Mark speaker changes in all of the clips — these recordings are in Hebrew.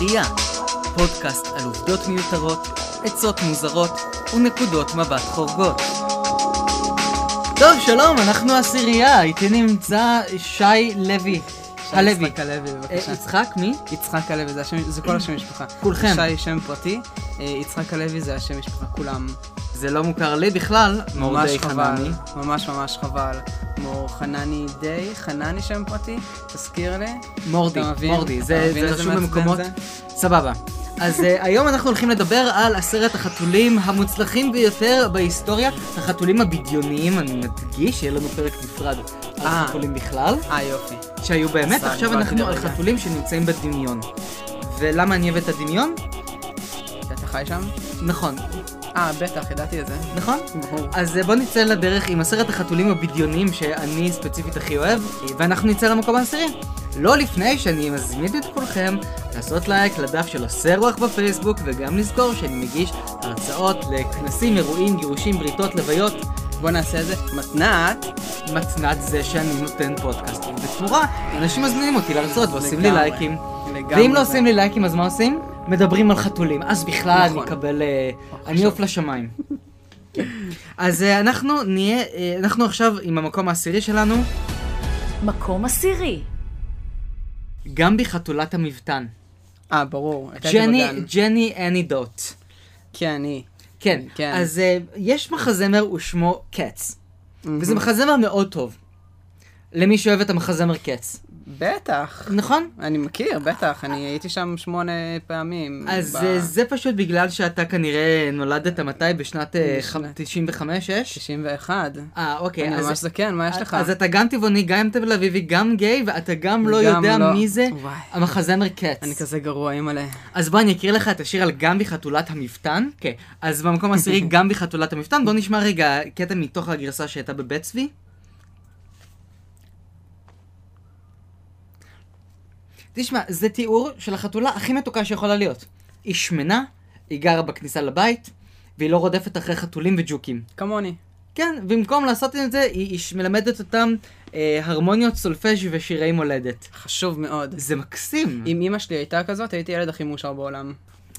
Speaker 1: ראייה, פודקאסט על עובדות מיותרות, עצות מוזרות ונקודות מבט חורגות. טוב, שלום, אנחנו עשירייה, איתי נמצא שי לוי. הלוי.
Speaker 2: יצחק הלוי,
Speaker 1: אה,
Speaker 2: בבקשה.
Speaker 1: יצחק, מי?
Speaker 2: יצחק הלוי, זה השם- זה כל השם משפחה.
Speaker 1: כולכם.
Speaker 2: שי שם פרטי, אה, יצחק הלוי זה השם משפחה, כולם.
Speaker 1: זה לא מוכר לי בכלל,
Speaker 2: ממש
Speaker 1: מורדי
Speaker 2: חבל,
Speaker 1: חנני.
Speaker 2: ממש ממש חבל. מור חנני די, חנני שם פרטי, תזכיר לי.
Speaker 1: מורדי,
Speaker 2: אתה מבין?
Speaker 1: מורדי,
Speaker 2: אתה
Speaker 1: זה
Speaker 2: מבין
Speaker 1: זה
Speaker 2: איזה
Speaker 1: רשום
Speaker 2: מעצבן
Speaker 1: במקומות,
Speaker 2: זה?
Speaker 1: סבבה. אז אה, היום אנחנו הולכים לדבר על עשרת החתולים המוצלחים ביותר בהיסטוריה, החתולים הבדיוניים, אני מדגיש, יהיה לנו פרק נפרד על
Speaker 2: אה.
Speaker 1: חתולים בכלל,
Speaker 2: אה, יופי.
Speaker 1: שהיו באמת,
Speaker 2: סתם,
Speaker 1: עכשיו
Speaker 2: באתי
Speaker 1: אנחנו על
Speaker 2: לרגע.
Speaker 1: חתולים שנמצאים בדמיון. ולמה אני אוהב את הדמיון?
Speaker 2: כי אתה חי שם?
Speaker 1: נכון,
Speaker 2: אה, בטח, ידעתי את זה.
Speaker 1: נכון?
Speaker 2: ברור.
Speaker 1: אז אה, בוא נצא לדרך עם עשרת החתולים הבדיוניים שאני ספציפית הכי אוהב, ואנחנו נצא למקום העשירי. לא לפני שאני מזמין את כולכם לעשות לייק לדף של עושה רוח בפייסבוק, וגם לזכור שאני מגיש הרצאות לכנסים, אירועים, גירושים, בריתות, לוויות,
Speaker 2: בוא נעשה את זה. מתנת,
Speaker 1: מתנת זה שאני נותן פודקאסט. ובתמורה, אנשים מזמינים אותי להרצאות ועושים לי
Speaker 2: לגמרי.
Speaker 1: לייקים.
Speaker 2: לגמרי.
Speaker 1: ואם לא
Speaker 2: זה.
Speaker 1: עושים לי לייקים, אז מה עושים? מדברים על חתולים, אז בכלל אני
Speaker 2: נכון.
Speaker 1: אקבל... אה,
Speaker 2: עכשיו.
Speaker 1: אני עוף לשמיים. כן. אז אה, אנחנו נהיה, אה, אנחנו עכשיו עם המקום העשירי שלנו,
Speaker 3: מקום עשירי,
Speaker 1: גמבי חתולת המבטן.
Speaker 2: אה, ברור. הייתה
Speaker 1: ג'ני,
Speaker 2: בגן.
Speaker 1: ג'ני אנידוט.
Speaker 2: כי אני.
Speaker 1: כן,
Speaker 2: כן.
Speaker 1: אז אה, יש מחזמר ושמו קץ.
Speaker 2: Mm.
Speaker 1: וזה מחזמר מאוד טוב. למי שאוהב את המחזמר קץ.
Speaker 2: בטח.
Speaker 1: נכון?
Speaker 2: אני מכיר, בטח, אני הייתי שם שמונה פעמים.
Speaker 1: אז
Speaker 2: ב-
Speaker 1: אה, זה פשוט בגלל שאתה כנראה נולדת מתי? בשנת אה,
Speaker 2: בשנת-
Speaker 1: 95-6?
Speaker 2: 91.
Speaker 1: אה, אוקיי.
Speaker 2: אני
Speaker 1: אז-
Speaker 2: ממש זקן, מה יש לך?
Speaker 1: אז אתה גם טבעוני, גם תל אביבי, גם גיי, ואתה גם לא
Speaker 2: גם
Speaker 1: יודע
Speaker 2: לא.
Speaker 1: מי זה
Speaker 2: וואי.
Speaker 1: המחזמר קץ.
Speaker 2: אני כזה גרוע, אימא'לה.
Speaker 1: אז בוא אני אקריא לך את השיר על גמבי חתולת המפתן. כן, אז במקום העשירי גמבי חתולת המפתן. בוא נשמע רגע קטע מתוך הגרסה שהייתה בבית צבי. תשמע, זה תיאור של החתולה הכי מתוקה שיכולה להיות. היא שמנה, היא גרה בכניסה לבית, והיא לא רודפת אחרי חתולים וג'וקים.
Speaker 2: כמוני.
Speaker 1: כן, במקום לעשות את זה, היא, היא מלמדת אותם אה, הרמוניות סולפג' ושירי מולדת.
Speaker 2: חשוב מאוד.
Speaker 1: זה מקסים, אם...
Speaker 2: אם אימא שלי הייתה כזאת, הייתי הילד הכי מאושר בעולם.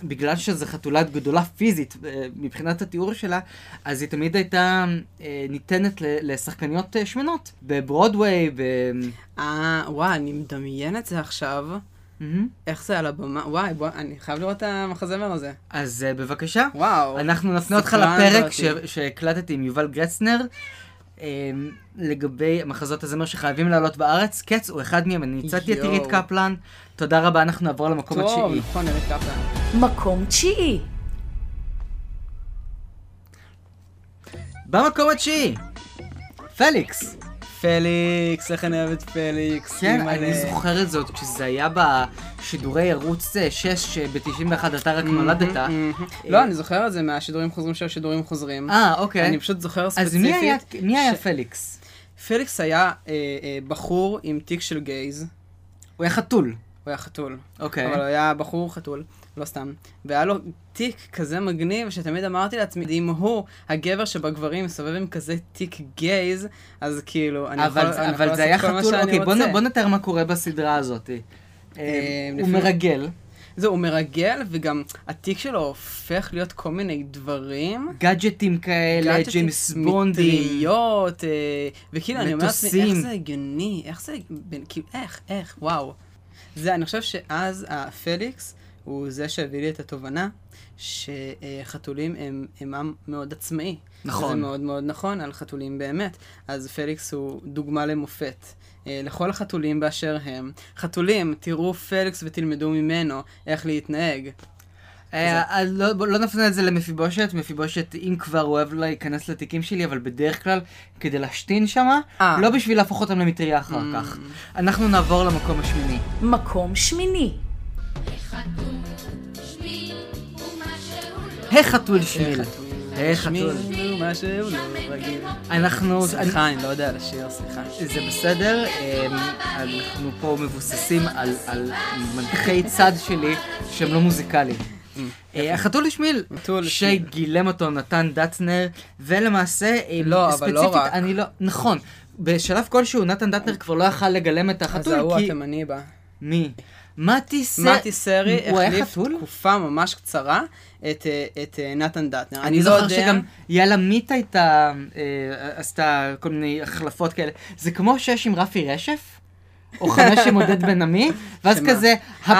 Speaker 1: בגלל שזו חתולה גדולה פיזית אה, מבחינת התיאור שלה, אז היא תמיד הייתה אה, ניתנת ל- לשחקניות אה, שמנות, בברודוויי, ב...
Speaker 2: אה, וואי, אני מדמיין את זה עכשיו.
Speaker 1: מהמם.
Speaker 2: איך זה על הבמה? וואי, בוא, אני חייב לראות את המחזמר הזה.
Speaker 1: אז אה, בבקשה,
Speaker 2: וואו.
Speaker 1: אנחנו נפנה אותך
Speaker 2: סקרן
Speaker 1: לפרק ש...
Speaker 2: אותי.
Speaker 1: שהקלטתי עם יובל גרצנר. אה, לגבי מחזות הזמר שחייבים לעלות בארץ, קץ הוא אחד מהם, אני הצעתי את
Speaker 2: יואו.
Speaker 1: עירית קפלן, תודה רבה, אנחנו נעבור למקום
Speaker 2: טוב,
Speaker 1: התשיעי.
Speaker 2: נכון, ארית קפלן.
Speaker 3: מקום תשיעי,
Speaker 1: במקום התשיעי, פליקס.
Speaker 2: פליקס, איך אני אוהב את פליקס.
Speaker 1: כן,
Speaker 2: אימא'לה.
Speaker 1: אני זוכר את זאת, כשזה היה בשידורי ערוץ אה, 6, שב-91 אתה רק נולדת.
Speaker 2: מהמם, מהמם. לא, אני זוכר את זה מהשידורים חוזרים של השידורים חוזרים.
Speaker 1: אה, אוקיי.
Speaker 2: אני פשוט זוכר ספציפית.
Speaker 1: אז מי היה- מי היה
Speaker 2: ש-
Speaker 1: פליקס?
Speaker 2: פליקס היה אה, אה, בחור עם תיק של גייז,
Speaker 1: הוא היה חתול.
Speaker 2: הוא היה חתול.
Speaker 1: אוקיי.
Speaker 2: אבל הוא היה בחור חתול, לא סתם. והיה לו תיק כזה מגניב, שתמיד אמרתי לעצמי, אם הוא הגבר שבגברים מסתובב עם כזה תיק גייז, אז כאילו, אני יכול,
Speaker 1: אבל
Speaker 2: אני
Speaker 1: אבל
Speaker 2: יכול
Speaker 1: זה היה
Speaker 2: לעשות כל מה
Speaker 1: חתול,
Speaker 2: שאני
Speaker 1: אוקיי, בוא
Speaker 2: רוצה.
Speaker 1: נ- בוא נתאר מה קורה בסדרה הזאת. אה,
Speaker 2: אה,
Speaker 1: הוא
Speaker 2: לפי-
Speaker 1: מרגל,
Speaker 2: זהו, הוא מרגל, וגם התיק שלו הופך להיות כל מיני דברים.
Speaker 1: גאדג'טים כאלה,
Speaker 2: גאדג'טים,
Speaker 1: ג'יימס בונדים.
Speaker 2: מטריות, אה, וכאילו, אני אומרת לעצמי, איך
Speaker 1: מטוסים.
Speaker 2: זה הגיוני, איך זה, בין- כאילו, איך, איך, וואו. זה, אני חושב שאז הפליקס הוא זה שהביא לי את התובנה שחתולים הם, הם עם מאוד עצמאי.
Speaker 1: נכון.
Speaker 2: זה מאוד מאוד נכון על חתולים באמת. אז פליקס הוא דוגמה למופת. אה, לכל החתולים באשר הם. חתולים, תראו פליקס ותלמדו ממנו איך להתנהג.
Speaker 1: אה, אה, לא בוא- לא נפנה את זה למפיבושת, מפיבושת אם כבר הוא אוהב להיכנס לתיקים שלי, אבל בדרך כלל כדי להשתין שמה,
Speaker 2: אה. Mm.
Speaker 1: לא בשביל להפוך אותם למטריה אחר כך. אנחנו נעבור למקום השמיני.
Speaker 3: מקום שמיני,
Speaker 1: החתול שמיל.
Speaker 2: חתול.
Speaker 1: החתול.
Speaker 2: מישהו, משהו לא רגיל.
Speaker 1: אנחנו...
Speaker 2: סליחה, אני לא יודע לשיר, סליחה.
Speaker 1: זה בסדר, אמ, אנחנו פה מבוססים על, על מנחי צד שלי שהם לא מוזיקליים. אה, החתול השמיל,
Speaker 2: Mm. חתול השמיל.
Speaker 1: שגילם אותו נתן דטנר, ולמעשה, אמ,
Speaker 2: לא, אבל לא
Speaker 1: ספציפית,
Speaker 2: רק.
Speaker 1: אני לא, נכון, בשלב כלשהו נתן דטנר כבר לא יכל לגלם את
Speaker 2: אז ההוא
Speaker 1: החתול, כי...
Speaker 2: התימני בא.
Speaker 1: מי? מתי סרי.
Speaker 2: מתי סרי
Speaker 1: הוא היה
Speaker 2: החליף
Speaker 1: חתול?
Speaker 2: תקופה ממש קצרה את, אה, את אה, נתן דטנר.
Speaker 1: אני זוכר שגם יאללה מית הייתה, אה, עשתה כל מיני החלפות כאלה. זה כמו שש עם רפי רשף, או חמש עם עודד בן עמי, ואז
Speaker 2: שמה?
Speaker 1: כזה,
Speaker 2: אה,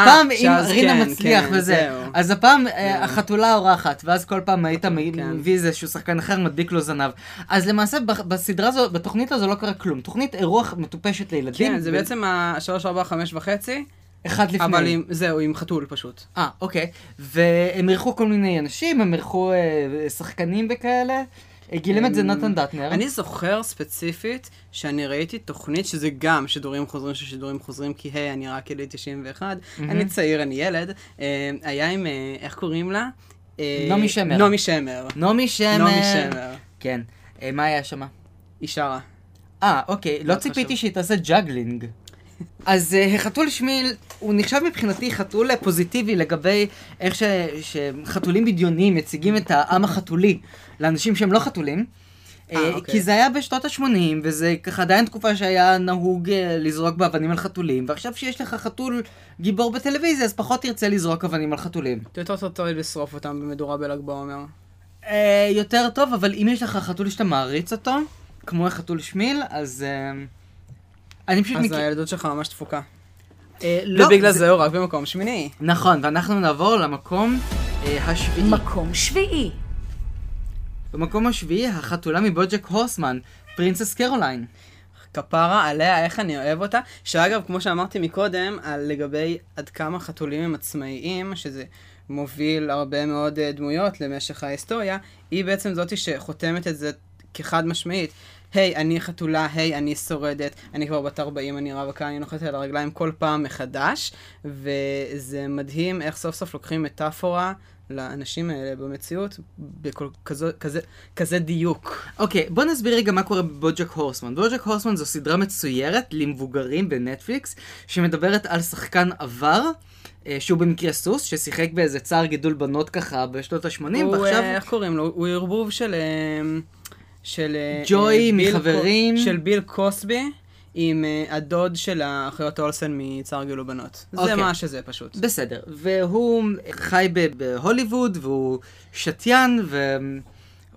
Speaker 1: הפעם עם
Speaker 2: שאז
Speaker 1: רינה
Speaker 2: כן,
Speaker 1: מצליח
Speaker 2: כן,
Speaker 1: וזה.
Speaker 2: זהו.
Speaker 1: אז הפעם אה,
Speaker 2: זהו.
Speaker 1: החתולה אורחת, ואז כל פעם היית
Speaker 2: כן.
Speaker 1: מ- מביא איזה שהוא שחקן אחר, מדביק לו זנב. אז למעשה ב- בסדרה הזו, בתוכנית הזו לא קרה כלום. תוכנית אירוח מטופשת לילדים.
Speaker 2: כן, זה
Speaker 1: ב-
Speaker 2: בעצם ה-3, 4, 5 וחצי,
Speaker 1: אחד לפני.
Speaker 2: אבל עם, זהו, עם חתול פשוט.
Speaker 1: אה, אוקיי. והם אירחו כל מיני אנשים, הם אירחו אה, שחקנים וכאלה. אה, גילם את זה נתן דטנר.
Speaker 2: אני זוכר ספציפית שאני ראיתי תוכנית שזה גם שידורים חוזרים של שידורים חוזרים, כי היי, אני רק יליד 91, אני צעיר, אני ילד. אה, היה עם, אה, איך קוראים לה? אה,
Speaker 1: נעמי שמר.
Speaker 2: נעמי שמר.
Speaker 1: נעמי שמר.
Speaker 2: נעמי שמר.
Speaker 1: כן. אה, מה היה שמה?
Speaker 2: היא שרה.
Speaker 1: אה, אוקיי. לא
Speaker 2: מאוד
Speaker 1: ציפיתי
Speaker 2: חשוב.
Speaker 1: שהיא תעשה ג'אגלינג. אז אה, חתול שמיל, הוא נחשב מבחינתי חתול אה, פוזיטיבי לגבי איך ש... שחתולים בדיוניים מציגים את העם החתולי לאנשים שהם לא חתולים.
Speaker 2: אה,
Speaker 1: אה,
Speaker 2: אוקיי.
Speaker 1: כי זה היה בשנות ה-80, וזה ככה עדיין תקופה שהיה נהוג אה, לזרוק באבנים על חתולים, ועכשיו שיש לך חתול גיבור בטלוויזיה, אז פחות תרצה לזרוק אבנים על חתולים.
Speaker 2: יותר טוב טוב לשרוף אותם במדורה בל"ג בעומר.
Speaker 1: אה, יותר טוב, אבל אם יש לך חתול שאתה מעריץ אותו, כמו החתול שמיל, אז... אה, אני פשוט...
Speaker 2: אז
Speaker 1: מכיר-
Speaker 2: הילדות שלך ממש תפוקה.
Speaker 1: אה, לא,
Speaker 2: ובגלל זה הוא רק במקום שמיני.
Speaker 1: נכון, ואנחנו נעבור למקום אה, השביעי.
Speaker 3: מקום שביעי.
Speaker 1: במקום השביעי, החתולה מבוג'ק הורסמן, פרינסס קרוליין.
Speaker 2: כפרה עליה, איך אני אוהב אותה. שאגב, כמו שאמרתי מקודם, על לגבי עד כמה חתולים הם עצמאיים, שזה מוביל הרבה מאוד אה, דמויות למשך ההיסטוריה, היא בעצם זאתי שחותמת את זה כחד משמעית. היי, אני חתולה, היי, אני שורדת, אני כבר בת 40, אני רווקה, אני נוחתת על הרגליים כל פעם מחדש, וזה מדהים איך סוף סוף לוקחים מטאפורה לאנשים האלה במציאות, בכזה דיוק.
Speaker 1: אוקיי, בוא נסביר רגע מה קורה בבוג'ק הורסמן. בוג'ק הורסמן זו סדרה מצוירת למבוגרים בנטפליקס, שמדברת על שחקן עבר, אה, שהוא במקרה סוס, ששיחק באיזה צער גידול בנות ככה בשנות ה-80,
Speaker 2: הוא,
Speaker 1: ועכשיו...
Speaker 2: אה, איך קוראים לו? הוא ערבוב של... אה, של... אה,
Speaker 1: ג'וי
Speaker 2: אה, ביל
Speaker 1: מחברים.
Speaker 2: קו- של ביל קוסבי. עם אה, הדוד של האחיות אולסן מצער גילו בנות. זה
Speaker 1: אוקיי.
Speaker 2: מה שזה פשוט.
Speaker 1: בסדר, והוא חי ב- בהוליווד, והוא שתיין,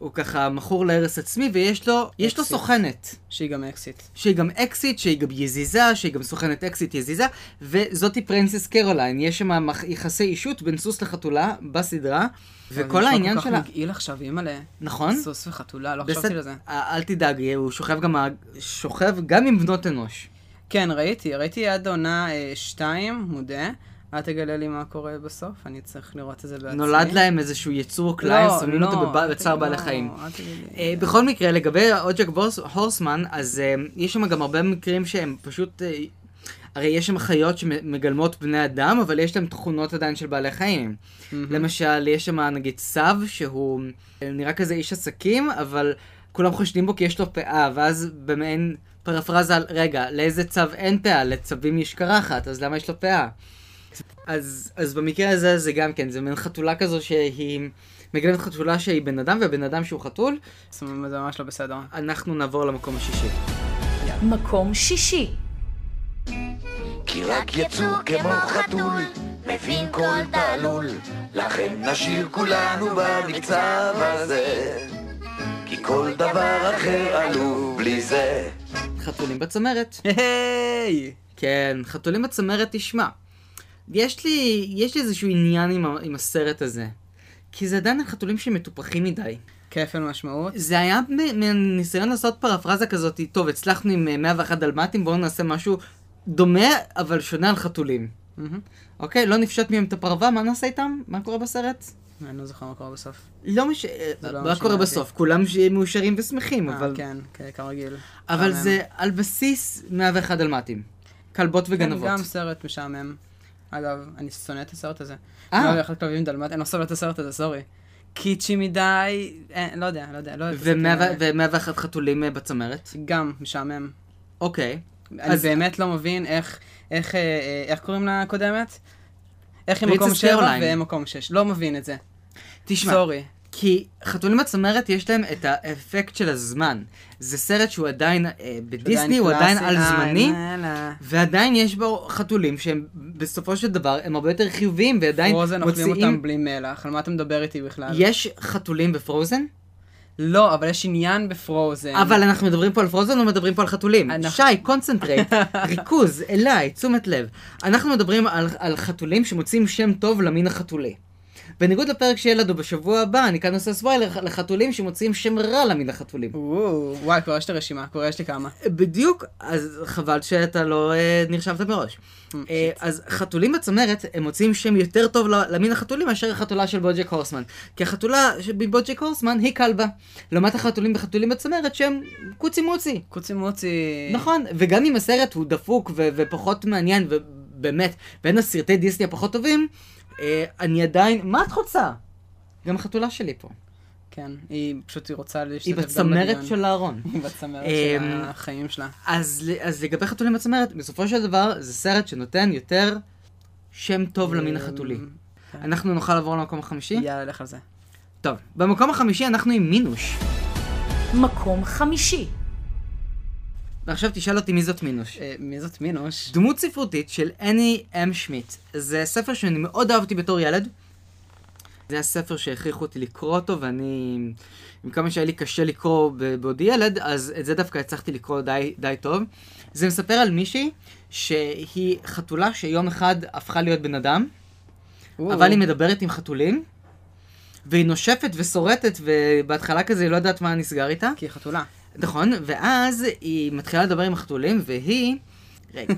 Speaker 1: והוא ככה מכור להרס עצמי, ויש לו, יש לו
Speaker 2: אקסיט.
Speaker 1: סוכנת,
Speaker 2: שהיא גם אקסיט.
Speaker 1: שהיא גם אקסיט, שהיא גם יזיזה, שהיא גם סוכנת אקסיט יזיזה, וזאתי פרנסס קרוליין, יש שם מח- יחסי אישות בין סוס לחתולה בסדרה, וכל העניין
Speaker 2: זה נשמע
Speaker 1: שלה,
Speaker 2: כל כך מגעיל עכשיו, אימא'לה.
Speaker 1: נכון?
Speaker 2: סוס וחתולה, לא
Speaker 1: בסדר,
Speaker 2: חשבתי לזה.
Speaker 1: אה, אל תדאג, הוא שוכב גם, ה- שוכב גם עם בנות אנוש.
Speaker 2: כן, ראיתי, ראיתי עד עונה 2, מודה. אל תגלה לי מה קורה בסוף, אני צריך לראות את זה בעצמי.
Speaker 1: נולד להם איזשהו יצור
Speaker 2: לא,
Speaker 1: קליין, שמים
Speaker 2: לא,
Speaker 1: אותו בב-
Speaker 2: אל
Speaker 1: בצער
Speaker 2: ת-
Speaker 1: בעלי
Speaker 2: לא,
Speaker 1: חיים.
Speaker 2: אל תגיד לי.
Speaker 1: אה, בכל מקרה, לגבי אוג'ק בוס- הורסמן, אז אה, יש שם גם הרבה מקרים שהם פשוט... אה, הרי יש שם חיות שמגלמות בני אדם, אבל יש להם תכונות עדיין של בעלי חיים. למשל, יש שם נגיד סב, שהוא אה, נראה כזה איש עסקים, אבל כולם חושדים בו כי יש לו פאה, ואז במעין פרפרזה על, רגע, לאיזה צו אין פאה? לצבים יש קרחת, אז למה יש לו פאה? אז, אז במקרה הזה זה גם כן, זה מעין חתולה כזו שהיא מגלמת חתולה שהיא בן אדם, ובן אדם שהוא חתול,
Speaker 2: זה ממש לא בסדר.
Speaker 1: אנחנו נעבור למקום השישי.
Speaker 3: מקום שישי.
Speaker 4: כי רק יצור כמו חתול, מבין כל תעלול, לכן נשאיר כולנו במקצב הזה, כי כל דבר אחר עלוב בלי זה.
Speaker 1: חתולים בצמרת.
Speaker 2: היי!
Speaker 1: כן, חתולים בצמרת תשמע. יש לי, יש לי איזשהו עניין עם, ה- עם הסרט הזה. כי זה עדיין חתולים שמטופחים מדי.
Speaker 2: כפל משמעות.
Speaker 1: זה היה מ- מין ניסיון לעשות פרפרזה כזאת, טוב, הצלחנו עם אה, 101 דלמטים, בואו נעשה משהו דומה, אבל שונה על חתולים.
Speaker 2: מהמם.
Speaker 1: אוקיי? לא נפשוט מהם את הפרווה, מה נעשה איתם? מה קורה בסרט?
Speaker 2: אני לא זוכר מה קרה בסוף.
Speaker 1: לא אה, מש... אה,
Speaker 2: זה לא
Speaker 1: מה
Speaker 2: משנה
Speaker 1: קורה
Speaker 2: אותי.
Speaker 1: בסוף? כולם ש- מאושרים ושמחים,
Speaker 2: אבל...
Speaker 1: אבל...
Speaker 2: כן, כן, כרגיל.
Speaker 1: אבל
Speaker 2: משעמם.
Speaker 1: זה על בסיס 101 דלמטים. כלבות
Speaker 2: כן,
Speaker 1: וגנבות.
Speaker 2: גם סרט משעמם. אגב, אני שונא את הסרט הזה.
Speaker 1: אה.
Speaker 2: אה? לא הולך לכלבים דלמת, אני לא סובל את הסרט הזה, סורי. קיצ'י מדי, אין, לא יודע, לא יודע, לא יודע.
Speaker 1: ו-101 חתולים אה, בצמרת.
Speaker 2: גם משעמם.
Speaker 1: אוקיי.
Speaker 2: אני
Speaker 1: אז-
Speaker 2: באמת לא מבין איך, איך, אה, אה, איך קוראים לה הקודמת? איך היא
Speaker 1: פרינסס
Speaker 2: מקום שבע
Speaker 1: קרוליין.
Speaker 2: ומקום שש. לא מבין את זה.
Speaker 1: תשמע,
Speaker 2: סורי.
Speaker 1: כי חתולים בצמרת יש להם את האפקט של הזמן. זה סרט שהוא עדיין אה, בדיסני, הוא עדיין על
Speaker 2: אה,
Speaker 1: זמני, ועדיין יש בו חתולים שהם בסופו של דבר הם הרבה יותר חיוביים, ועדיין
Speaker 2: פרוזן אוכלים
Speaker 1: מוציאים...
Speaker 2: אותם בלי מלח, על מה אתה מדבר איתי בכלל?
Speaker 1: יש חתולים בפרוזן?
Speaker 2: לא, אבל יש עניין בפרוזן.
Speaker 1: אבל אנחנו מדברים פה על פרוזן או מדברים פה על חתולים?
Speaker 2: כן. אנחנו-
Speaker 1: שי, קונצנטרייט, ריכוז, אליי, תשומת לב. אנחנו מדברים על, על חתולים שמוצאים שם טוב למין החתולי. בניגוד לפרק שיהיה לנו בשבוע הבא, אני כאן עושה סוויילר לחתולים שמוצאים שם רע למין החתולים.
Speaker 2: וואו, וואי, כבר יש לי רשימה, כבר יש לי כמה.
Speaker 1: בדיוק, אז חבל שאתה לא אה, נרשמת מראש. אה, אז חתולים בצמרת, הם מוצאים שם יותר טוב ל- למין החתולים מאשר החתולה של בוג'ק הורסמן. כי החתולה בבוג'ק הורסמן היא כלבה. לעומת החתולים בחתולים בצמרת שהם קוצי מוצי.
Speaker 2: קוצי מוצי.
Speaker 1: נכון, וגם אם הסרט הוא דפוק ו- ופחות מעניין, ובאמת, בין הסרטי דיסני הפחות טובים, אה, אני עדיין... מה את רוצה? גם החתולה שלי פה.
Speaker 2: כן, היא פשוט היא רוצה להשתתף
Speaker 1: היא
Speaker 2: גם
Speaker 1: בצמרת
Speaker 2: בדיון.
Speaker 1: של הארון.
Speaker 2: היא בצמרת
Speaker 1: אמ,
Speaker 2: של החיים שלה.
Speaker 1: אז, ל- אז לגבי חתולים בצמרת, בסופו של דבר זה סרט שנותן יותר שם טוב למין החתולי.
Speaker 2: כן.
Speaker 1: אנחנו נוכל לעבור למקום החמישי?
Speaker 2: אמ, יאללה, לך על זה.
Speaker 1: טוב, במקום החמישי אנחנו עם מינוש.
Speaker 3: מקום חמישי.
Speaker 1: ועכשיו תשאל אותי מי זאת מינוש.
Speaker 2: אה, מי זאת מינוש?
Speaker 1: דמות ספרותית של אני אם שמיט. זה ספר שאני מאוד אהבתי בתור ילד. זה הספר שהכריחו אותי לקרוא אותו, ואני... עם כמה שהיה לי קשה לקרוא ב- בעודי ילד, אז את זה דווקא הצלחתי לקרוא די, די טוב. זה מספר על מישהי שהיא חתולה שיום אחד הפכה להיות בן אדם. אבל היא מדברת עם חתולים, והיא נושפת וסורטת, ובהתחלה כזה היא לא יודעת מה נסגר איתה.
Speaker 2: כי היא חתולה.
Speaker 1: נכון, ואז היא מתחילה לדבר עם החתולים, והיא... רגע.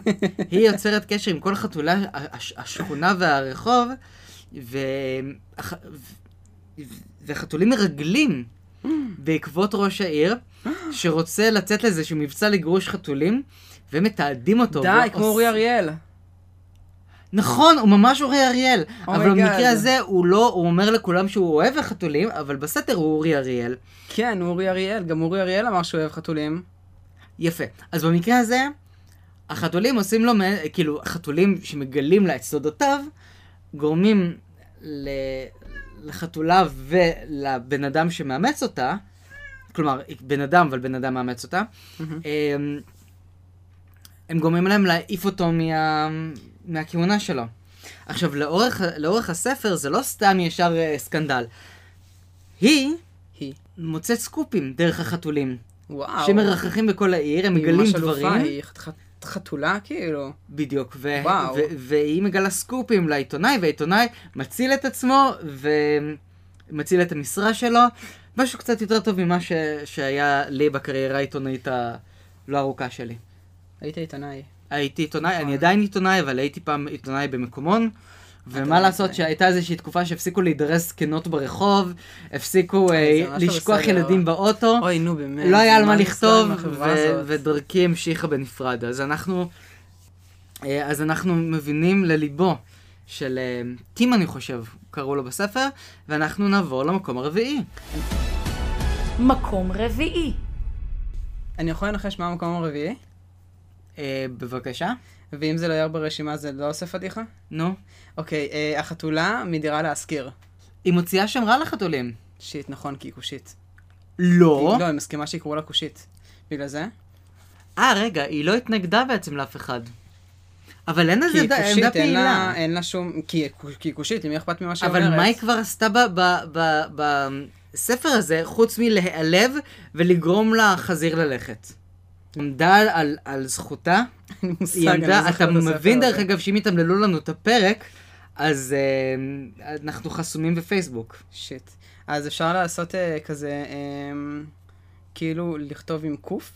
Speaker 1: היא יוצרת קשר עם כל חתולה, הש- השכונה והרחוב, ו... הח- ו- וחתולים מרגלים בעקבות ראש העיר, שרוצה לצאת לאיזשהו מבצע לגירוש חתולים, ומתעדים אותו.
Speaker 2: די,
Speaker 1: ועוש-
Speaker 2: כמו אורי אריאל.
Speaker 1: נכון, הוא ממש אורי אריאל. Oh אבל
Speaker 2: my God.
Speaker 1: במקרה הזה הוא לא, הוא אומר לכולם שהוא אוהב חתולים, אבל בסתר הוא אורי אריאל.
Speaker 2: כן, אורי אריאל. גם אורי אריאל אמר שהוא אוהב חתולים.
Speaker 1: יפה. אז במקרה הזה, החתולים עושים לו, מ- כאילו, החתולים שמגלים לה את סודותיו, גורמים ל... לחתולה ולבן אדם שמאמץ אותה, כלומר, בן אדם, אבל בן אדם מאמץ אותה, הם, הם גורמים להם להעיף אותו מה... מהכהונה שלו. עכשיו, לאורך, לאורך הספר זה לא סתם ישר אה, סקנדל. היא
Speaker 2: היא.
Speaker 1: מוצאת סקופים דרך החתולים.
Speaker 2: וואו.
Speaker 1: שמרחכים בכל העיר, הם
Speaker 2: היא
Speaker 1: מגלים
Speaker 2: ממש אלופה,
Speaker 1: דברים,
Speaker 2: היא חת- חת- חתולה כאילו.
Speaker 1: בדיוק, ו-
Speaker 2: וואו.
Speaker 1: ו- והיא מגלה סקופים לעיתונאי, והעיתונאי מציל את עצמו, ומציל את המשרה שלו, משהו קצת יותר טוב ממה ש- שהיה לי בקריירה העיתונאית הלא ארוכה שלי.
Speaker 2: היית עיתונאי.
Speaker 1: הייתי עיתונאי,
Speaker 2: נכון.
Speaker 1: אני עדיין עיתונאי, אבל הייתי פעם עיתונאי במקומון.
Speaker 2: לא
Speaker 1: ומה לעשות שהייתה איזושהי תקופה שהפסיקו להידרס זקנות ברחוב, הפסיקו אה,
Speaker 2: זה ממש לא
Speaker 1: לשכוח
Speaker 2: בסדר.
Speaker 1: ילדים באוטו.
Speaker 2: אוי, נו באמת.
Speaker 1: לא היה על מה
Speaker 2: לסלול
Speaker 1: לכתוב,
Speaker 2: עם החברה
Speaker 1: ו-
Speaker 2: הזאת?
Speaker 1: ודרכי המשיכה בנפרד. אז אנחנו, אה, אז אנחנו מבינים לליבו של אה, טים, אני חושב, קראו לו בספר, ואנחנו נעבור למקום הרביעי.
Speaker 3: מקום רביעי.
Speaker 2: אני יכול לנחש מה המקום הרביעי?
Speaker 1: אה, בבקשה.
Speaker 2: ואם זה לא יהיה ברשימה זה לא עושה פדיחה?
Speaker 1: נו.
Speaker 2: אוקיי, אה, החתולה מדירה להשכיר.
Speaker 1: היא מוציאה שם רע לחתולים.
Speaker 2: שיט, נכון, כי היא כושית.
Speaker 1: לא.
Speaker 2: היא- לא, היא מסכימה שיקראו לה כושית. בגלל זה?
Speaker 1: אה, רגע, היא לא התנגדה בעצם לאף אחד. אבל אין
Speaker 2: כי
Speaker 1: לזה
Speaker 2: היא
Speaker 1: ד- עמדה
Speaker 2: כושית, אין
Speaker 1: פעילה.
Speaker 2: לה- אין לה שום... כי היא כו- כי היא כושית, למי אכפת ממה שהיא אומרת?
Speaker 1: אבל מה היא כבר עשתה ב- ב- ב- בספר הזה, חוץ מלהיעלב ולגרום לחזיר ללכת? עמדה על- על, על זכותה,
Speaker 2: אין לי מושג,
Speaker 1: היא
Speaker 2: אני לא
Speaker 1: עמדה,
Speaker 2: זוכרת
Speaker 1: אתה
Speaker 2: את הספר
Speaker 1: מבין דרך
Speaker 2: הזה.
Speaker 1: אגב שאם יתמללו לנו את הפרק, אז אה, אנחנו חסומים בפייסבוק.
Speaker 2: שיט. אז אפשר לעשות אה, כזה, אה, כאילו, לכתוב עם קוף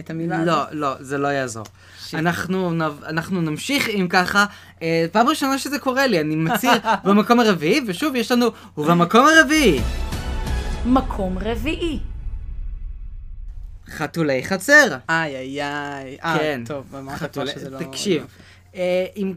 Speaker 2: את המילה הזאת?
Speaker 1: לא, לא, זה לא יעזור.
Speaker 2: שיט.
Speaker 1: אנחנו, נב- אנחנו נמשיך אם ככה. אה, פעם ראשונה שזה קורה לי, אני מצהיר במקום הרביעי, ושוב, יש לנו, ובמקום הרביעי,
Speaker 3: מקום רביעי.
Speaker 1: חתולי חצר.
Speaker 2: איי, איי, איי.
Speaker 1: כן.
Speaker 2: אה, טוב, אמרת כבר
Speaker 1: חתולה-
Speaker 2: שזה לא...
Speaker 1: תקשיב, אה, אם...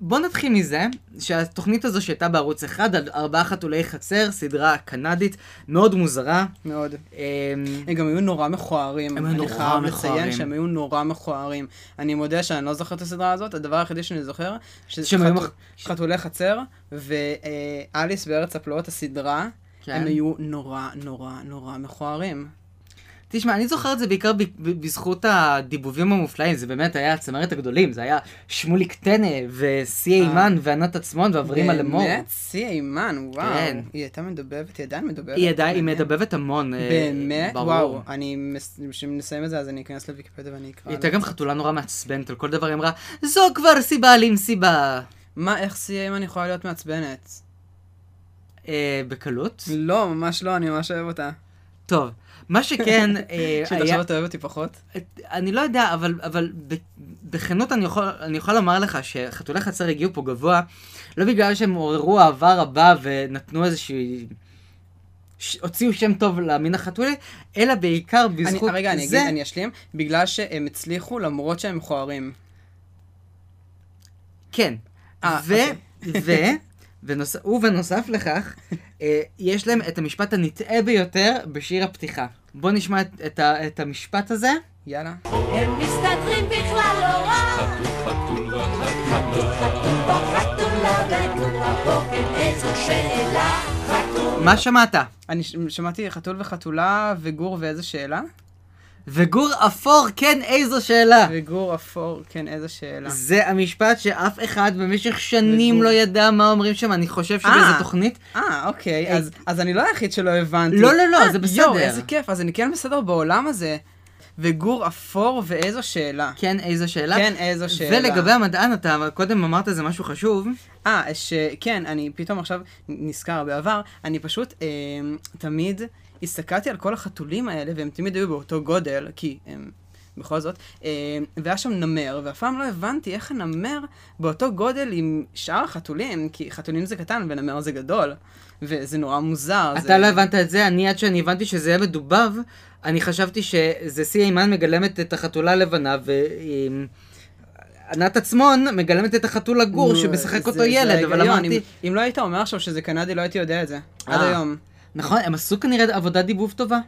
Speaker 1: בוא נתחיל מזה שהתוכנית הזו שהייתה בערוץ אחד על ארבעה חתולי חצר, סדרה קנדית מאוד מוזרה.
Speaker 2: מאוד.
Speaker 1: אה,
Speaker 2: הם גם היו נורא מכוערים.
Speaker 1: הם היו נורא
Speaker 2: אני חייב
Speaker 1: מכוערים.
Speaker 2: לציין שהם היו נורא מכוערים. אני מודה שאני לא זוכר את הסדרה הזאת, הדבר היחידי שאני זוכר,
Speaker 1: שהם היו מח-
Speaker 2: שחתולי חצר ואליס בארץ הפלאות, הסדרה.
Speaker 1: כן.
Speaker 2: הם היו נורא נורא נורא מכוערים.
Speaker 1: תשמע, אני זוכר את זה בעיקר ב- ב- בזכות הדיבובים המופלאים, זה באמת היה הצמרת הגדולים, זה היה שמוליק טנא, וסי אימן, וענת עצמון, ואברהים אלמור.
Speaker 2: אה. באמת? סי אימן, וואו.
Speaker 1: כן.
Speaker 2: היא הייתה מדובבת, היא עדיין מדובבת.
Speaker 1: היא עדיין, היא
Speaker 2: מעניין.
Speaker 1: מדבבת המון. אה,
Speaker 2: באמת?
Speaker 1: ברור.
Speaker 2: וואו. אני, מס- כשנסיים את זה, אז אני אכנס לוויקיפדיה ואני אקרא.
Speaker 1: היא
Speaker 2: לה.
Speaker 1: הייתה גם חתולה נורא מעצבנת, על כל דבר היא אמרה, זו כבר סיבה על עם סיבה.
Speaker 2: מה, איך סי אימן יכולה להיות מעצבנת?
Speaker 1: אה, בקלות.
Speaker 2: לא, ממש לא, אני ממש אוהב אותה.
Speaker 1: טוב, מה שכן, אה,
Speaker 2: תקשיב,
Speaker 1: היה...
Speaker 2: עכשיו אתה אוהב אותי פחות?
Speaker 1: אני לא יודע, אבל, אבל ב- בכנות אני יכול, אני יכול לומר לך שחתולי חצר הגיעו פה גבוה, לא בגלל שהם עוררו אהבה רבה ונתנו איזושהי... ש- הוציאו שם טוב למין החתולי, אלא בעיקר
Speaker 2: אני,
Speaker 1: בזכות
Speaker 2: רגע, אני אגיד,
Speaker 1: זה...
Speaker 2: אני אשלים. בגלל שהם הצליחו למרות שהם מכוערים.
Speaker 1: כן.
Speaker 2: אה,
Speaker 1: ו... ו... ונוס... ובנוסף לכך, אה, יש להם את המשפט הנטעה ביותר בשיר הפתיחה. בואו נשמע את, את, ה- את המשפט הזה.
Speaker 2: יאללה.
Speaker 5: הם מסתדרים בכלל לא רע. חתולה, חתולה, ויקום בבוקר איזו שאלה.
Speaker 1: מה שמעת?
Speaker 2: אני ש- שמעתי חתול וחתולה וגור ואיזה שאלה?
Speaker 1: וגור אפור, כן, איזו שאלה.
Speaker 2: וגור אפור, כן, איזה שאלה.
Speaker 1: זה המשפט שאף אחד במשך שנים
Speaker 2: בדיוק.
Speaker 1: לא ידע מה אומרים שם, אני חושב שבאיזו
Speaker 2: אה.
Speaker 1: תוכנית.
Speaker 2: אה, אוקיי, אז, אז אני לא היחיד שלא הבנתי.
Speaker 1: לא, לא, לא,
Speaker 2: אה,
Speaker 1: זה בסדר.
Speaker 2: יואו, איזה כיף, אז אני כן בסדר בעולם הזה. וגור אפור ואיזו שאלה.
Speaker 1: כן, איזו שאלה.
Speaker 2: כן, איזו שאלה.
Speaker 1: ולגבי המדען, אתה קודם אמרת איזה משהו חשוב.
Speaker 2: אה, שכן, אני פתאום עכשיו נזכר בעבר, אני פשוט אה, תמיד הסתכלתי על כל החתולים האלה, והם תמיד היו באותו גודל, כי הם... בכל זאת, אה, והיה שם נמר, ואף פעם לא הבנתי איך הנמר באותו גודל עם שאר החתולים, כי חתולים זה קטן ונמר זה גדול, וזה נורא מוזר.
Speaker 1: אתה
Speaker 2: זה...
Speaker 1: לא הבנת את זה, אני עד שאני הבנתי שזה היה מדובב, אני חשבתי שזה סי אימן מגלמת את החתולה הלבנה, וענת עצמון מגלמת את החתול הגור
Speaker 2: נו,
Speaker 1: שמשחק
Speaker 2: זה-
Speaker 1: אותו
Speaker 2: זה
Speaker 1: ילד, אבל
Speaker 2: ההיגיון. אם,
Speaker 1: אמרתי...
Speaker 2: אם לא היית אומר עכשיו שזה קנדי, לא הייתי יודע את זה. עד
Speaker 1: אה.
Speaker 2: היום.
Speaker 1: נכון, הם עשו כנראה עבודת דיבוב טובה.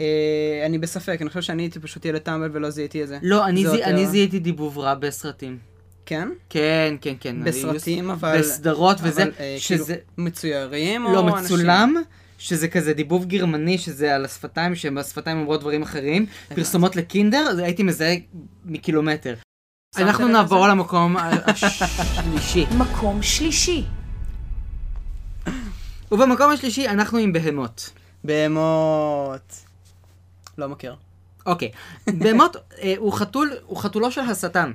Speaker 2: אה, אני בספק, אני חושב שאני הייתי פשוט ילד טמבל ולא זיהיתי את זה.
Speaker 1: לא, אני
Speaker 2: זה
Speaker 1: זי-
Speaker 2: יותר-
Speaker 1: אני זיהיתי דיבוב רע בסרטים.
Speaker 2: כן?
Speaker 1: כן, כן, כן.
Speaker 2: בסרטים,
Speaker 1: היו ס-
Speaker 2: אבל-
Speaker 1: בסדרות וזה,
Speaker 2: אבל, אה,
Speaker 1: שזה
Speaker 2: כאילו, מצוירים או
Speaker 1: לא
Speaker 2: אנשים?
Speaker 1: מצולם, שזה כזה דיבוב גרמני, שזה על השפתיים, שהשפתיים אומרות דברים אחרים. פרסומות לקינדר, זה הייתי מזהה מקילומטר.
Speaker 2: שמת
Speaker 1: אנחנו
Speaker 2: לב
Speaker 1: נעבור
Speaker 2: לזה?
Speaker 1: למקום ה- השלישי.
Speaker 3: מקום שלישי,
Speaker 1: ובמקום השלישי אנחנו עם בהמות.
Speaker 2: בהמות. לא מכיר.
Speaker 1: אוקיי. בהמות אה, הוא חתול, הוא חתולו של השטן.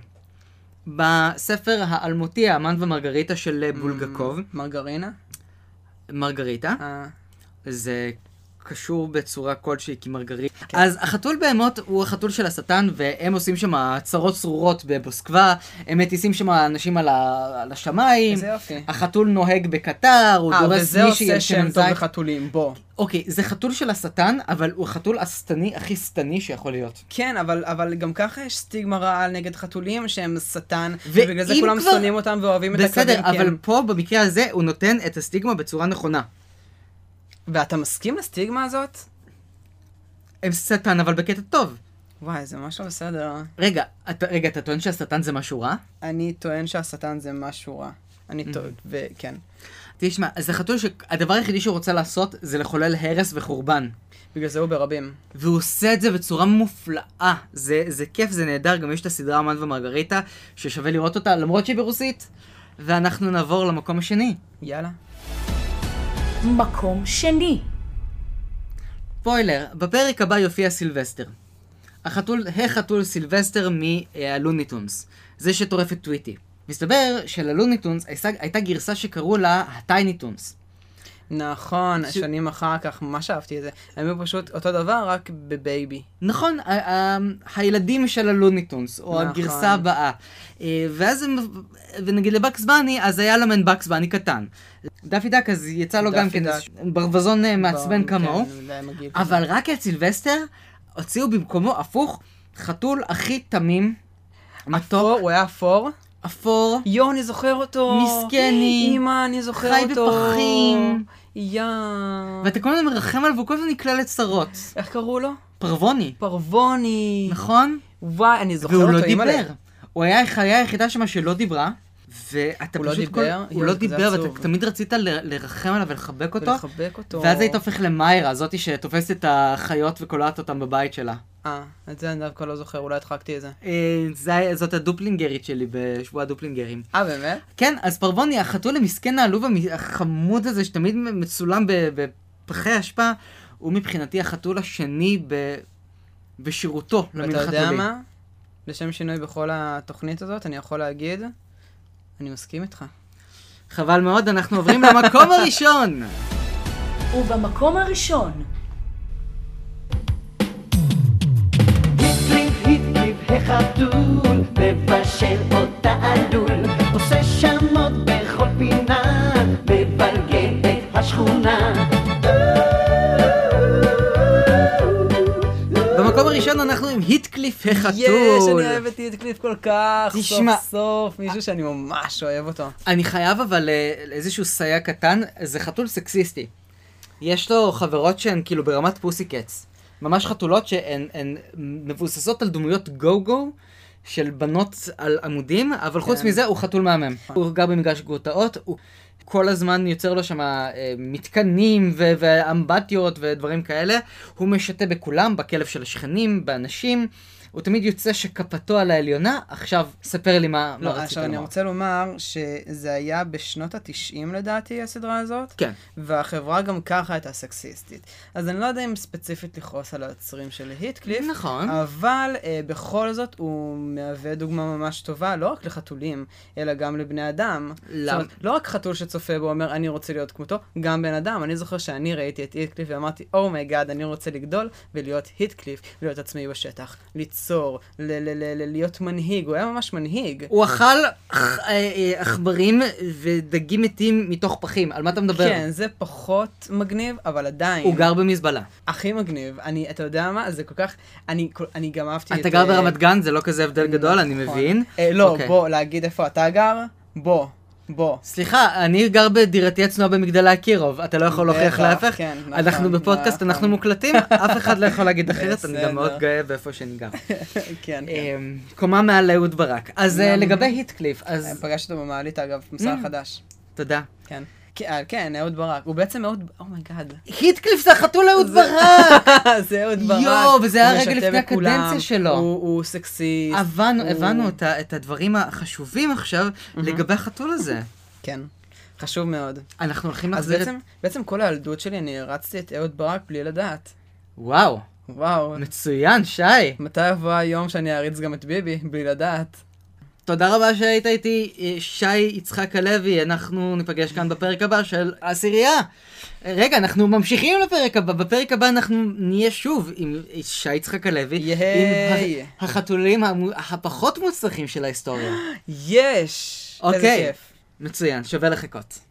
Speaker 1: בספר האלמותי, האמן ומרגריטה של אה, בולגקוב,
Speaker 2: מרגרינה?
Speaker 1: מרגריטה,
Speaker 2: Mm. אה,
Speaker 1: זה קשור בצורה כלשהי כמרגרית. כן. אז החתול בהמות הוא החתול של השטן, והם עושים שם הצהרות צרורות בבוסקבה, הם מטיסים שם אנשים על, ה... על השמיים.
Speaker 2: איזה יופי.
Speaker 1: החתול נוהג בקטר, הוא
Speaker 2: אה,
Speaker 1: דורס
Speaker 2: וזה
Speaker 1: מישהי
Speaker 2: עושה
Speaker 1: על
Speaker 2: שם
Speaker 1: שמן
Speaker 2: טוב
Speaker 1: זית.
Speaker 2: לחתולים, בוא.
Speaker 1: אוקיי, זה חתול של השטן, אבל הוא החתול השטני הכי שטני שיכול להיות.
Speaker 2: כן, אבל, אבל גם ככה יש סטיגמה רעה נגד חתולים שהם שטן,
Speaker 1: ואם
Speaker 2: ובגלל זה כולם
Speaker 1: כבר-
Speaker 2: שונאים אותם ואוהבים את הכלבים,
Speaker 1: בסדר,
Speaker 2: כי
Speaker 1: אבל
Speaker 2: הם-
Speaker 1: פה במקרה הזה הוא נותן את הסטיגמה בצורה נכונה.
Speaker 2: ואתה מסכים לסטיגמה הזאת?
Speaker 1: הם שטן אבל בקטע טוב.
Speaker 2: וואי, זה ממש לא בסדר.
Speaker 1: רגע, אתה, רגע, אתה טוען שהשטן זה משהו רע?
Speaker 2: אני טוען שהשטן זה משהו רע. אני כן. טוען, וכן.
Speaker 1: תשמע, זה חתול שהדבר היחידי שהוא רוצה לעשות זה לחולל הרס וחורבן.
Speaker 2: בגלל זה הוא ברבים.
Speaker 1: והוא עושה את זה בצורה מופלאה. זה, זה כיף, זה נהדר, גם יש את הסדרה אמן ומרגריטה, ששווה לראות אותה, למרות שהיא ברוסית. ואנחנו נעבור למקום השני.
Speaker 2: יאללה.
Speaker 3: מקום שני,
Speaker 1: ספוילר, בפרק הבא יופיע סילבסטר. החתול, החתול סילבסטר מהלוניטונס. זה שטורף את טוויטי. מסתבר שללוניטונס הייתה גרסה שקראו לה הטייניטונס.
Speaker 2: נכון,
Speaker 1: ש-
Speaker 2: שנים אחר כך, ממש אהבתי את זה. הם היו פשוט אותו דבר, רק בבייבי.
Speaker 1: נכון, ה- ה- הילדים של הלוניטונס, או
Speaker 2: נכון.
Speaker 1: הגרסה הבאה. אה, ואז הם, ונגיד לבקס בני, אז היה לו מן בקס בני קטן. דפי דק, אז יצא לו
Speaker 2: דפי
Speaker 1: גם כן
Speaker 2: דק.
Speaker 1: איזשהו ברווזון אה, מעצבן
Speaker 2: בוא,
Speaker 1: כמוהו.
Speaker 2: כן, זה מגעיל כזה.
Speaker 1: אבל רק את סילבסטר, הוציאו במקומו הפוך, חתול הכי תמים, מתוק,
Speaker 2: אפור, הוא היה אפור.
Speaker 1: אפור,
Speaker 2: יואו, אני זוכר אותו.
Speaker 1: מסכני.
Speaker 2: אמא, אני זוכר
Speaker 1: חי
Speaker 2: אותו.
Speaker 1: בפחים.
Speaker 2: יואו.
Speaker 1: ואתה כל הזמן מרחם עליו והוא כל הזמן נקלע לצרות.
Speaker 2: איך קראו לו?
Speaker 1: פרווני,
Speaker 2: פרווני.
Speaker 1: נכון?
Speaker 2: וואי, אני זוכר
Speaker 1: והוא
Speaker 2: אותו.
Speaker 1: לא
Speaker 2: אימא'לה.
Speaker 1: דיבר. הוא היה החיה היחידה שמה שלא דיברה, ואתה
Speaker 2: הוא לא
Speaker 1: פשוט... כל-
Speaker 2: דיבר?
Speaker 1: הוא
Speaker 2: יואו,
Speaker 1: לא
Speaker 2: זה כזה
Speaker 1: דיבר,
Speaker 2: עצוב.
Speaker 1: ואתה תמיד רצית ל- לרחם עליו ולחבק אותו,
Speaker 2: ולחבק אותו.
Speaker 1: ואז היית הופך למאיירה, זאתי שתופסת את החיות וקולעת אותן בבית שלה.
Speaker 2: אה, את זה אני דווקא לא זוכר, אולי הדחקתי את זה.
Speaker 1: אה, זה- זאת הדופלינגרית שלי בשבוע הדופלינגרים.
Speaker 2: אה, באמת?
Speaker 1: כן, אז פרבוני, החתול המסכן העלוב המ- החמוד הזה, שתמיד מצולם ב- בפחי אשפה, הוא מבחינתי החתול השני ב... בשירותו למין
Speaker 2: ואתה
Speaker 1: חתולי.
Speaker 2: יודע מה? לשם שינוי בכל התוכנית הזאת, אני יכול להגיד, אני מסכים איתך.
Speaker 1: חבל מאוד, אנחנו עוברים למקום הראשון.
Speaker 3: ובמקום הראשון,
Speaker 6: הטריף, הטריף, החתול, מבשל אותה עלול, עושה שמות בכל פינה, מבלגן את השכונה.
Speaker 1: במקום הראשון אנחנו עם היטקליף החתול.
Speaker 2: יש, אני אוהב את היטקליף כל כך,
Speaker 1: לא. תשמע. אה, לא
Speaker 2: סוף סוף, מישהו שאני ממש אוהב אותו.
Speaker 1: אני חייב אבל אה, איזשהו סייע קטן, זה חתול סקסיסטי. יש לו חברות שהן כאילו ברמת פוסי קץ. ממש חתולות שהן הן מבוססות על דמויות גו-גו של בנות על עמודים, אבל חוץ
Speaker 2: כן.
Speaker 1: מזה הוא חתול מהמם. הוא גר במגרש גרוטאות, הוא כל הזמן יוצר לו שם אה, מתקנים ו- ואמבטיות ודברים כאלה. הוא משתה בכולם, בכלב של השכנים, באנשים. הוא תמיד יוצא שכפתו על העליונה. עכשיו, ספר לי מה, מה
Speaker 2: לא,
Speaker 1: רצית
Speaker 2: עכשיו אני
Speaker 1: לומר.
Speaker 2: רוצה לומר שזה היה בשנות ה-90 לדעתי, הסדרה הזאת.
Speaker 1: כן.
Speaker 2: והחברה גם ככה הייתה סקסיסטית. אז אני לא יודע אם ספציפית לכעוס על היוצרים של היטקליף,
Speaker 1: נכון.
Speaker 2: אבל אה, בכל זאת הוא מהווה דוגמה ממש טובה, לא רק לחתולים, אלא גם לבני אדם.
Speaker 1: למ-
Speaker 2: זאת אומרת, לא רק חתול שצופה בו אומר, אני רוצה להיות כמותו, גם בן אדם. אני זוכר שאני ראיתי את היטקליף ואמרתי, אומייגאד, אני רוצה לגדול ולהיות היטקליף, להיות עצמי בשטח, ליצור, ל- ל- ל- ל- להיות מנהיג, הוא היה ממש מנהיג.
Speaker 1: הוא אכל עכ- אה, אה, עכברים ודגים מתים מתוך פחים, על מה אתה מדבר?
Speaker 2: כן, זה פחות מגניב, אבל עדיין.
Speaker 1: הוא גר במזבלה.
Speaker 2: הכי מגניב. אני, אתה יודע מה? זה כל כך... אני, כל- אני גם אהבתי את...
Speaker 1: אתה גר
Speaker 2: אה,
Speaker 1: ברמת גן, זה לא כזה הבדל גדול, אני
Speaker 2: נכון.
Speaker 1: מבין.
Speaker 2: אה, לא,
Speaker 1: אוקיי.
Speaker 2: בוא, להגיד איפה אתה גר? בוא, בוא.
Speaker 1: סליחה, אני גר בדירתי הצנועה במגדל אקירוב, אתה לא יכול להוכיח
Speaker 2: בטח,
Speaker 1: להפך.
Speaker 2: כן, נכון,
Speaker 1: אנחנו בפודקאסט,
Speaker 2: נכון.
Speaker 1: אנחנו מוקלטים, אף אחד לא יכול להגיד אחרת, אני
Speaker 2: בסדר.
Speaker 1: גם מאוד גאה באיפה שאני גר.
Speaker 2: כן, כן.
Speaker 1: אמ, קומה מעל אהוד ברק. אז אה,
Speaker 2: אמ,
Speaker 1: לגבי היטקליף, אז
Speaker 2: כן.
Speaker 1: Mm.
Speaker 2: פגשתי אותו במעלית, אגב, מסע חדש.
Speaker 1: תודה.
Speaker 2: כן. כן, אה, כן, אהוד ברק. הוא בעצם אהוד... אומייגאד.
Speaker 1: היטקליף זה החתול אהוד ברק!
Speaker 2: זה אהוד ברק.
Speaker 1: יואו, וזה היה
Speaker 2: הוא
Speaker 1: רגע
Speaker 2: משתה
Speaker 1: לפני
Speaker 2: בכולם,
Speaker 1: הקדנציה שלו.
Speaker 2: הוא הוא סקסיסט.
Speaker 1: הבנו-
Speaker 2: הוא-
Speaker 1: הבנו את ה- את הדברים החשובים עכשיו לגבי החתול הזה.
Speaker 2: כן. חשוב מאוד.
Speaker 1: אנחנו הולכים
Speaker 2: אז
Speaker 1: להחזיר את...
Speaker 2: בעצם, בעצם כל הילדות שלי, אני הרצתי את אהוד ברק בלי לדעת.
Speaker 1: וואו,
Speaker 2: וואו.
Speaker 1: מצוין, שי.
Speaker 2: מתי יבוא היום שאני אריץ גם את ביבי, בלי לדעת?
Speaker 1: תודה רבה שהיית איתי, אה, שי יצחק הלוי. אנחנו ניפגש כאן בפרק הבא של העשירייה. אה, רגע, אנחנו ממשיכים לפרק הבא. בפרק הבא אנחנו נהיה שוב עם שי יצחק הלוי.
Speaker 2: ייי.
Speaker 1: עם הח- החתולים המו- הפחות מוצלחים של ההיסטוריה.
Speaker 2: יש! איזה
Speaker 1: אוקיי.
Speaker 2: כיף.
Speaker 1: מצוין, שווה לחכות.